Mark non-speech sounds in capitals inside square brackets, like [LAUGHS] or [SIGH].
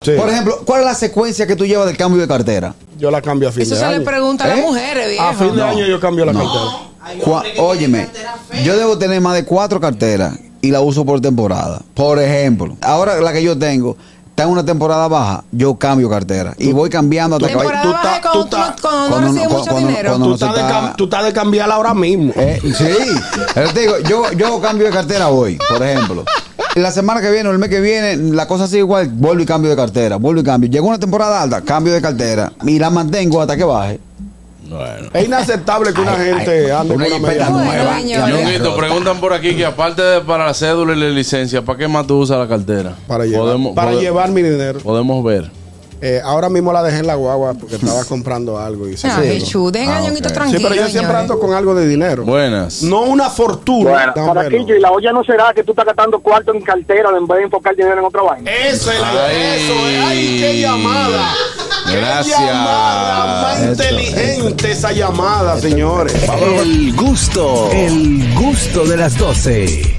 Sí. Por ejemplo, ¿cuál es la secuencia que tú llevas del cambio de cartera? Yo la cambio a fin Eso de se año. le pregunta a ¿Eh? las mujeres, viejo. a fin de No. año yo cambio la No. cartera. Cua- Óyeme, yo debo tener más de cuatro carteras y la uso por temporada. Por ejemplo, ahora la que yo tengo está en una temporada baja, yo cambio cartera y voy cambiando hasta que vaya. Temporada Tú baja estás- es cuando, tú tú no- estás- cuando no cuando- recibes mucho cuando- dinero. cuando- Tú no, estás, tú de estás- cam- tú estás de cambiarla ahora mismo. Eh, sí, Pero te digo, yo, yo cambio de cartera hoy, por ejemplo. La semana que viene o el mes que viene, la cosa sigue igual, vuelvo y cambio de cartera, vuelvo y cambio. Llegó una temporada alta, cambio de cartera y la mantengo hasta que baje. Bueno. Es inaceptable que una Ay, gente ay, ande una con una jipeta media Bueno, nueva. nueva. señor. y la Ñonguito, rota. preguntan por aquí que aparte de para la cédula y la licencia, ¿para qué más tú usas la cartera? Para, llevar, para pode- llevar mi dinero. Podemos ver. Eh, ahora mismo la dejé en la guagua porque [LAUGHS] estaba comprando algo. Y se Ah, fue. qué chulo. Dejen a Ah, ok. Ñonguito sí, tranquilo. pero yo siempre señores. ando con algo de dinero. Buenas. No una fortuna. Bueno, tan Caraquillo, menos. y la olla no será que tú estás gastando cuarto en cartera en vez de enfocar dinero en otra vaina. Eso es la Ay. eso es. Ay, qué llamada. Gracias. Qué llamada más Esto, inteligente esa llamada, señores. El gusto, el gusto de las 12.